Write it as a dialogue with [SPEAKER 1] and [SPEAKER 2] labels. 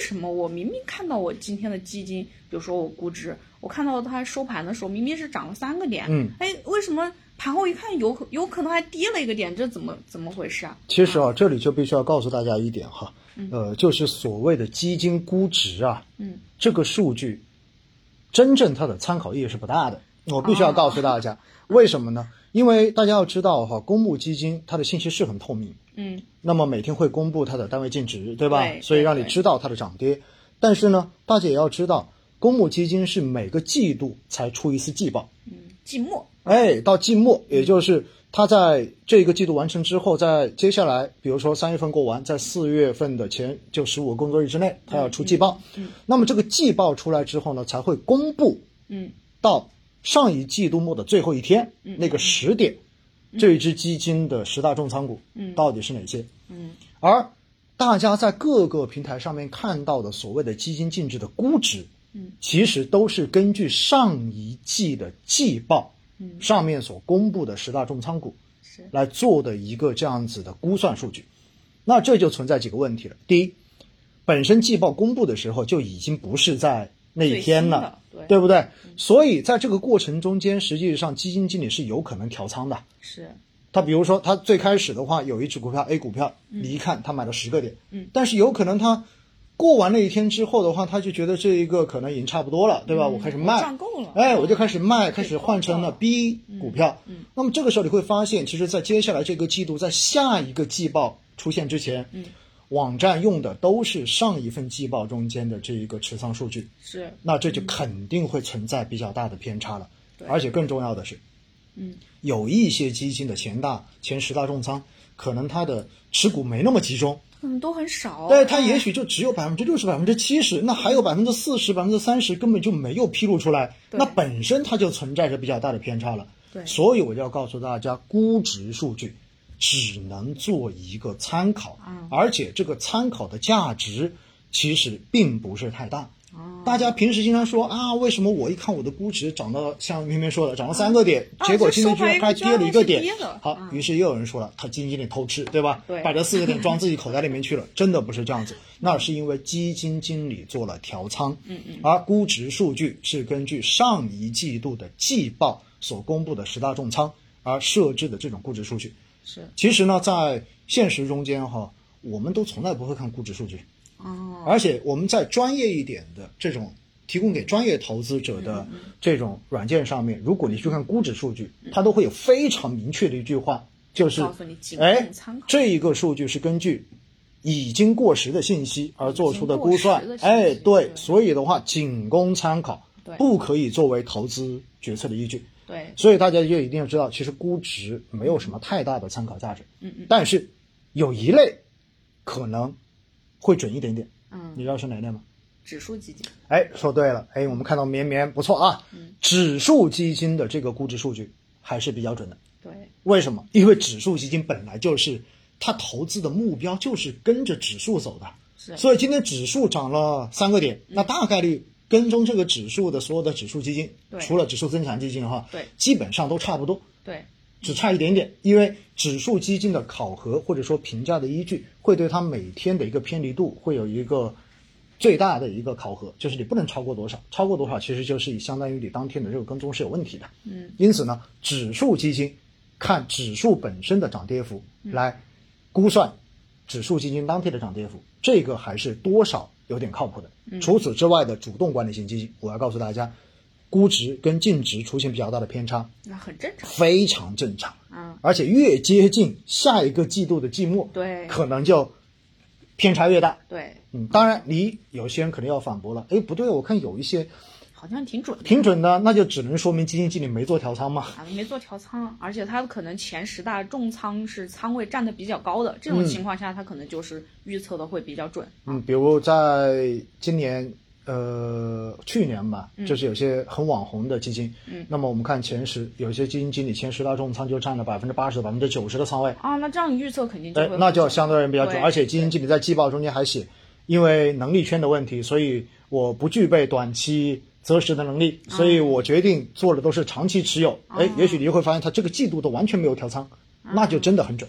[SPEAKER 1] 什么我明明看到我今天的基金，比如说我估值，我看到它收盘的时候明明是涨了三个点，
[SPEAKER 2] 嗯，
[SPEAKER 1] 哎，为什么盘后一看有可有可能还跌了一个点？这怎么怎么回事啊？
[SPEAKER 2] 其实啊，这里就必须要告诉大家一点哈，呃，就是所谓的基金估值啊，
[SPEAKER 1] 嗯，
[SPEAKER 2] 这个数据，真正它的参考意义是不大的。我必须要告诉大家，为什么呢？因为大家要知道哈，公募基金它的信息是很透明，
[SPEAKER 1] 嗯
[SPEAKER 2] 那么每天会公布它的单位净值，对吧？
[SPEAKER 1] 对
[SPEAKER 2] 所以让你
[SPEAKER 1] 对
[SPEAKER 2] 知道它的涨跌。但是呢，大家也要知道，公募基金是每个季度才出一次季报，
[SPEAKER 1] 嗯，寂寞，
[SPEAKER 2] 哎，到季末，
[SPEAKER 1] 嗯
[SPEAKER 2] 也就是它在这个季度完成之后，在接下来，比如说三月份过完，在四月份的前就十五个工作日之内，它要出季报。
[SPEAKER 1] 嗯嗯嗯
[SPEAKER 2] 那么这个季报出来之后呢，才会公布
[SPEAKER 1] 嗯
[SPEAKER 2] 到上一季度末的最后一天、
[SPEAKER 1] 嗯
[SPEAKER 2] 那个十点，这一只基金的十大重仓股、
[SPEAKER 1] 嗯
[SPEAKER 2] 到底是哪些？
[SPEAKER 1] 嗯
[SPEAKER 2] 而大家在各个平台上面看到的所谓的基金净值的估值，
[SPEAKER 1] 嗯，
[SPEAKER 2] 其实都是根据上一季的季报，
[SPEAKER 1] 嗯
[SPEAKER 2] 上面所公布的十大重仓股
[SPEAKER 1] 是，
[SPEAKER 2] 来做的一个这样子的估算数据。那这就存在几个问题了。第一，本身季报公布的时候就已经不是在那一天了，
[SPEAKER 1] 最新的对
[SPEAKER 2] 不对？所以在这个过程中间，实际上基金经理是有可能调仓的。
[SPEAKER 1] 是，
[SPEAKER 2] 他比如说，他最开始的话有一只股票 A 股票，你一看他买了十个点，
[SPEAKER 1] 嗯，
[SPEAKER 2] 但是有可能他过完那一天之后的话，他就觉得这一个可能已经差不多了，对吧？我开始卖，
[SPEAKER 1] 嗯我赚够了
[SPEAKER 2] 哎，
[SPEAKER 1] 嗯
[SPEAKER 2] 我就开始卖，开始换成了 B 股票，
[SPEAKER 1] 嗯
[SPEAKER 2] 那么这个时候你会发现，其实，在接下来这个季度，在下一个季报出现之前，
[SPEAKER 1] 嗯，
[SPEAKER 2] 网站用的都是上一份季报中间的这一个持仓数据，
[SPEAKER 1] 是，
[SPEAKER 2] 那这就肯定会存在比较大的偏差了。
[SPEAKER 1] 嗯对
[SPEAKER 2] 而且更重要的是，
[SPEAKER 1] 嗯，
[SPEAKER 2] 有一些基金的前大前十大重仓，可能它的持股没那么集中，
[SPEAKER 1] 嗯，都很少，
[SPEAKER 2] 但是它也许就只有百分之六十、百分之七十，那还有百分之四十、百分之三十根本就没有披露出来，
[SPEAKER 1] 对
[SPEAKER 2] 那本身它就存在着比较大的偏差了。
[SPEAKER 1] 对
[SPEAKER 2] 所以我就要告诉大家，估值数据只能做一个参考，
[SPEAKER 1] 嗯
[SPEAKER 2] 而且这个参考的价值其实并不是太大。
[SPEAKER 1] 哦
[SPEAKER 2] 大家平时经常说啊，为什么我一看我的估值涨到像偏偏说的涨了三个点，
[SPEAKER 1] 啊
[SPEAKER 2] 结果今天
[SPEAKER 1] 这
[SPEAKER 2] 居
[SPEAKER 1] 收盘
[SPEAKER 2] 然还
[SPEAKER 1] 居然
[SPEAKER 2] 跌了一个点
[SPEAKER 1] 还是跌的？
[SPEAKER 2] 好
[SPEAKER 1] 嗯，
[SPEAKER 2] 于是又有人说了，他基金经理偷吃，对吧？
[SPEAKER 1] 对
[SPEAKER 2] 把这四个点装自己口袋里面去了，真的不是这样 子，那是因为基金经理做了调仓，
[SPEAKER 1] 嗯嗯，
[SPEAKER 2] 而估值数据是根据上一季度的季报所公布的十大重仓而设置的这种估值数据。
[SPEAKER 1] 是，
[SPEAKER 2] 其实呢，在现实中间哈，我们都从来不会看估值数据，
[SPEAKER 1] 哦，
[SPEAKER 2] 而且我们在专业一点的这种提供给专业投资者的这种软件上面，如果你去看估值数据，它都会有非常明确的一句话，就是
[SPEAKER 1] 告诉你仅
[SPEAKER 2] 哎
[SPEAKER 1] 供参考，
[SPEAKER 2] 这一个数据是根据已经过时的信息而做出的估算
[SPEAKER 1] 已经过，时的信息
[SPEAKER 2] 哎，对，
[SPEAKER 1] 对
[SPEAKER 2] 所以的话仅供参考
[SPEAKER 1] 对，
[SPEAKER 2] 不可以作为投资决策的依据。
[SPEAKER 1] 对，
[SPEAKER 2] 所以大家就一定要知道，其实估值没有什么太大的参考价值，
[SPEAKER 1] 嗯嗯
[SPEAKER 2] 但是有一类可能会准一点点，
[SPEAKER 1] 嗯，
[SPEAKER 2] 你知道是哪类吗？
[SPEAKER 1] 指数基金，嗯
[SPEAKER 2] 哎，说对了，哎，我们看到绵绵不错啊，指数基金的这个估值数据还是比较准的。
[SPEAKER 1] 对，
[SPEAKER 2] 为什么？因为指数基金本来就是它投资的目标就是跟着指数走的，
[SPEAKER 1] 是，
[SPEAKER 2] 所以今天指数涨了三个点，
[SPEAKER 1] 嗯
[SPEAKER 2] 那大概率跟踪这个指数的所有的指数基金
[SPEAKER 1] 对，
[SPEAKER 2] 除了指数增强基金哈，
[SPEAKER 1] 对
[SPEAKER 2] 基本上都差不多，
[SPEAKER 1] 对，
[SPEAKER 2] 只差一点点，因为指数基金的考核或者说评价的依据，会对它每天的一个偏离度会有一个最大的一个考核，就是你不能超过多少，超过多少其实就是相当于你当天的这个跟踪是有问题的。
[SPEAKER 1] 嗯，
[SPEAKER 2] 因此呢，指数基金看指数本身的涨跌幅来估算指数基金当天的涨跌幅，这个还是多少有点靠谱的。除此之外的主动管理型基金，我要告诉大家，估值跟净值出现比较大的偏差，
[SPEAKER 1] 那很正常，
[SPEAKER 2] 非常正常。
[SPEAKER 1] 嗯，
[SPEAKER 2] 而且越接近下一个季度的季末，
[SPEAKER 1] 对
[SPEAKER 2] 可能就偏差越大。
[SPEAKER 1] 对，
[SPEAKER 2] 嗯，当然，你有些人可能要反驳了，哎，不对，我看有一些
[SPEAKER 1] 好像挺准的，
[SPEAKER 2] 挺准的，那就只能说明基金经理没做调仓嘛。
[SPEAKER 1] 啊，没做调仓，而且它可能前十大重仓是仓位占的比较高的，这种情况下，它可能就是预测的会比较准。
[SPEAKER 2] 嗯，比如在今年，呃，去年吧，就是有些很网红的基金，
[SPEAKER 1] 嗯
[SPEAKER 2] 那么我们看前十，有些基金经理前十大重仓就占了百分之八十、百分之九十的仓位，
[SPEAKER 1] 啊，那这样预测肯定就
[SPEAKER 2] 哎
[SPEAKER 1] 会，
[SPEAKER 2] 那
[SPEAKER 1] 很
[SPEAKER 2] 就
[SPEAKER 1] 准
[SPEAKER 2] 相对而言比较准，
[SPEAKER 1] 对
[SPEAKER 2] 而且基金经理在季报中间还写，因为能力圈的问题，所以我不具备短期择时的能力，所
[SPEAKER 1] 啊
[SPEAKER 2] 以我决定做的都是长期持有。哎、也许你就会发现他这个季度都完全没有调仓，那就真的很准。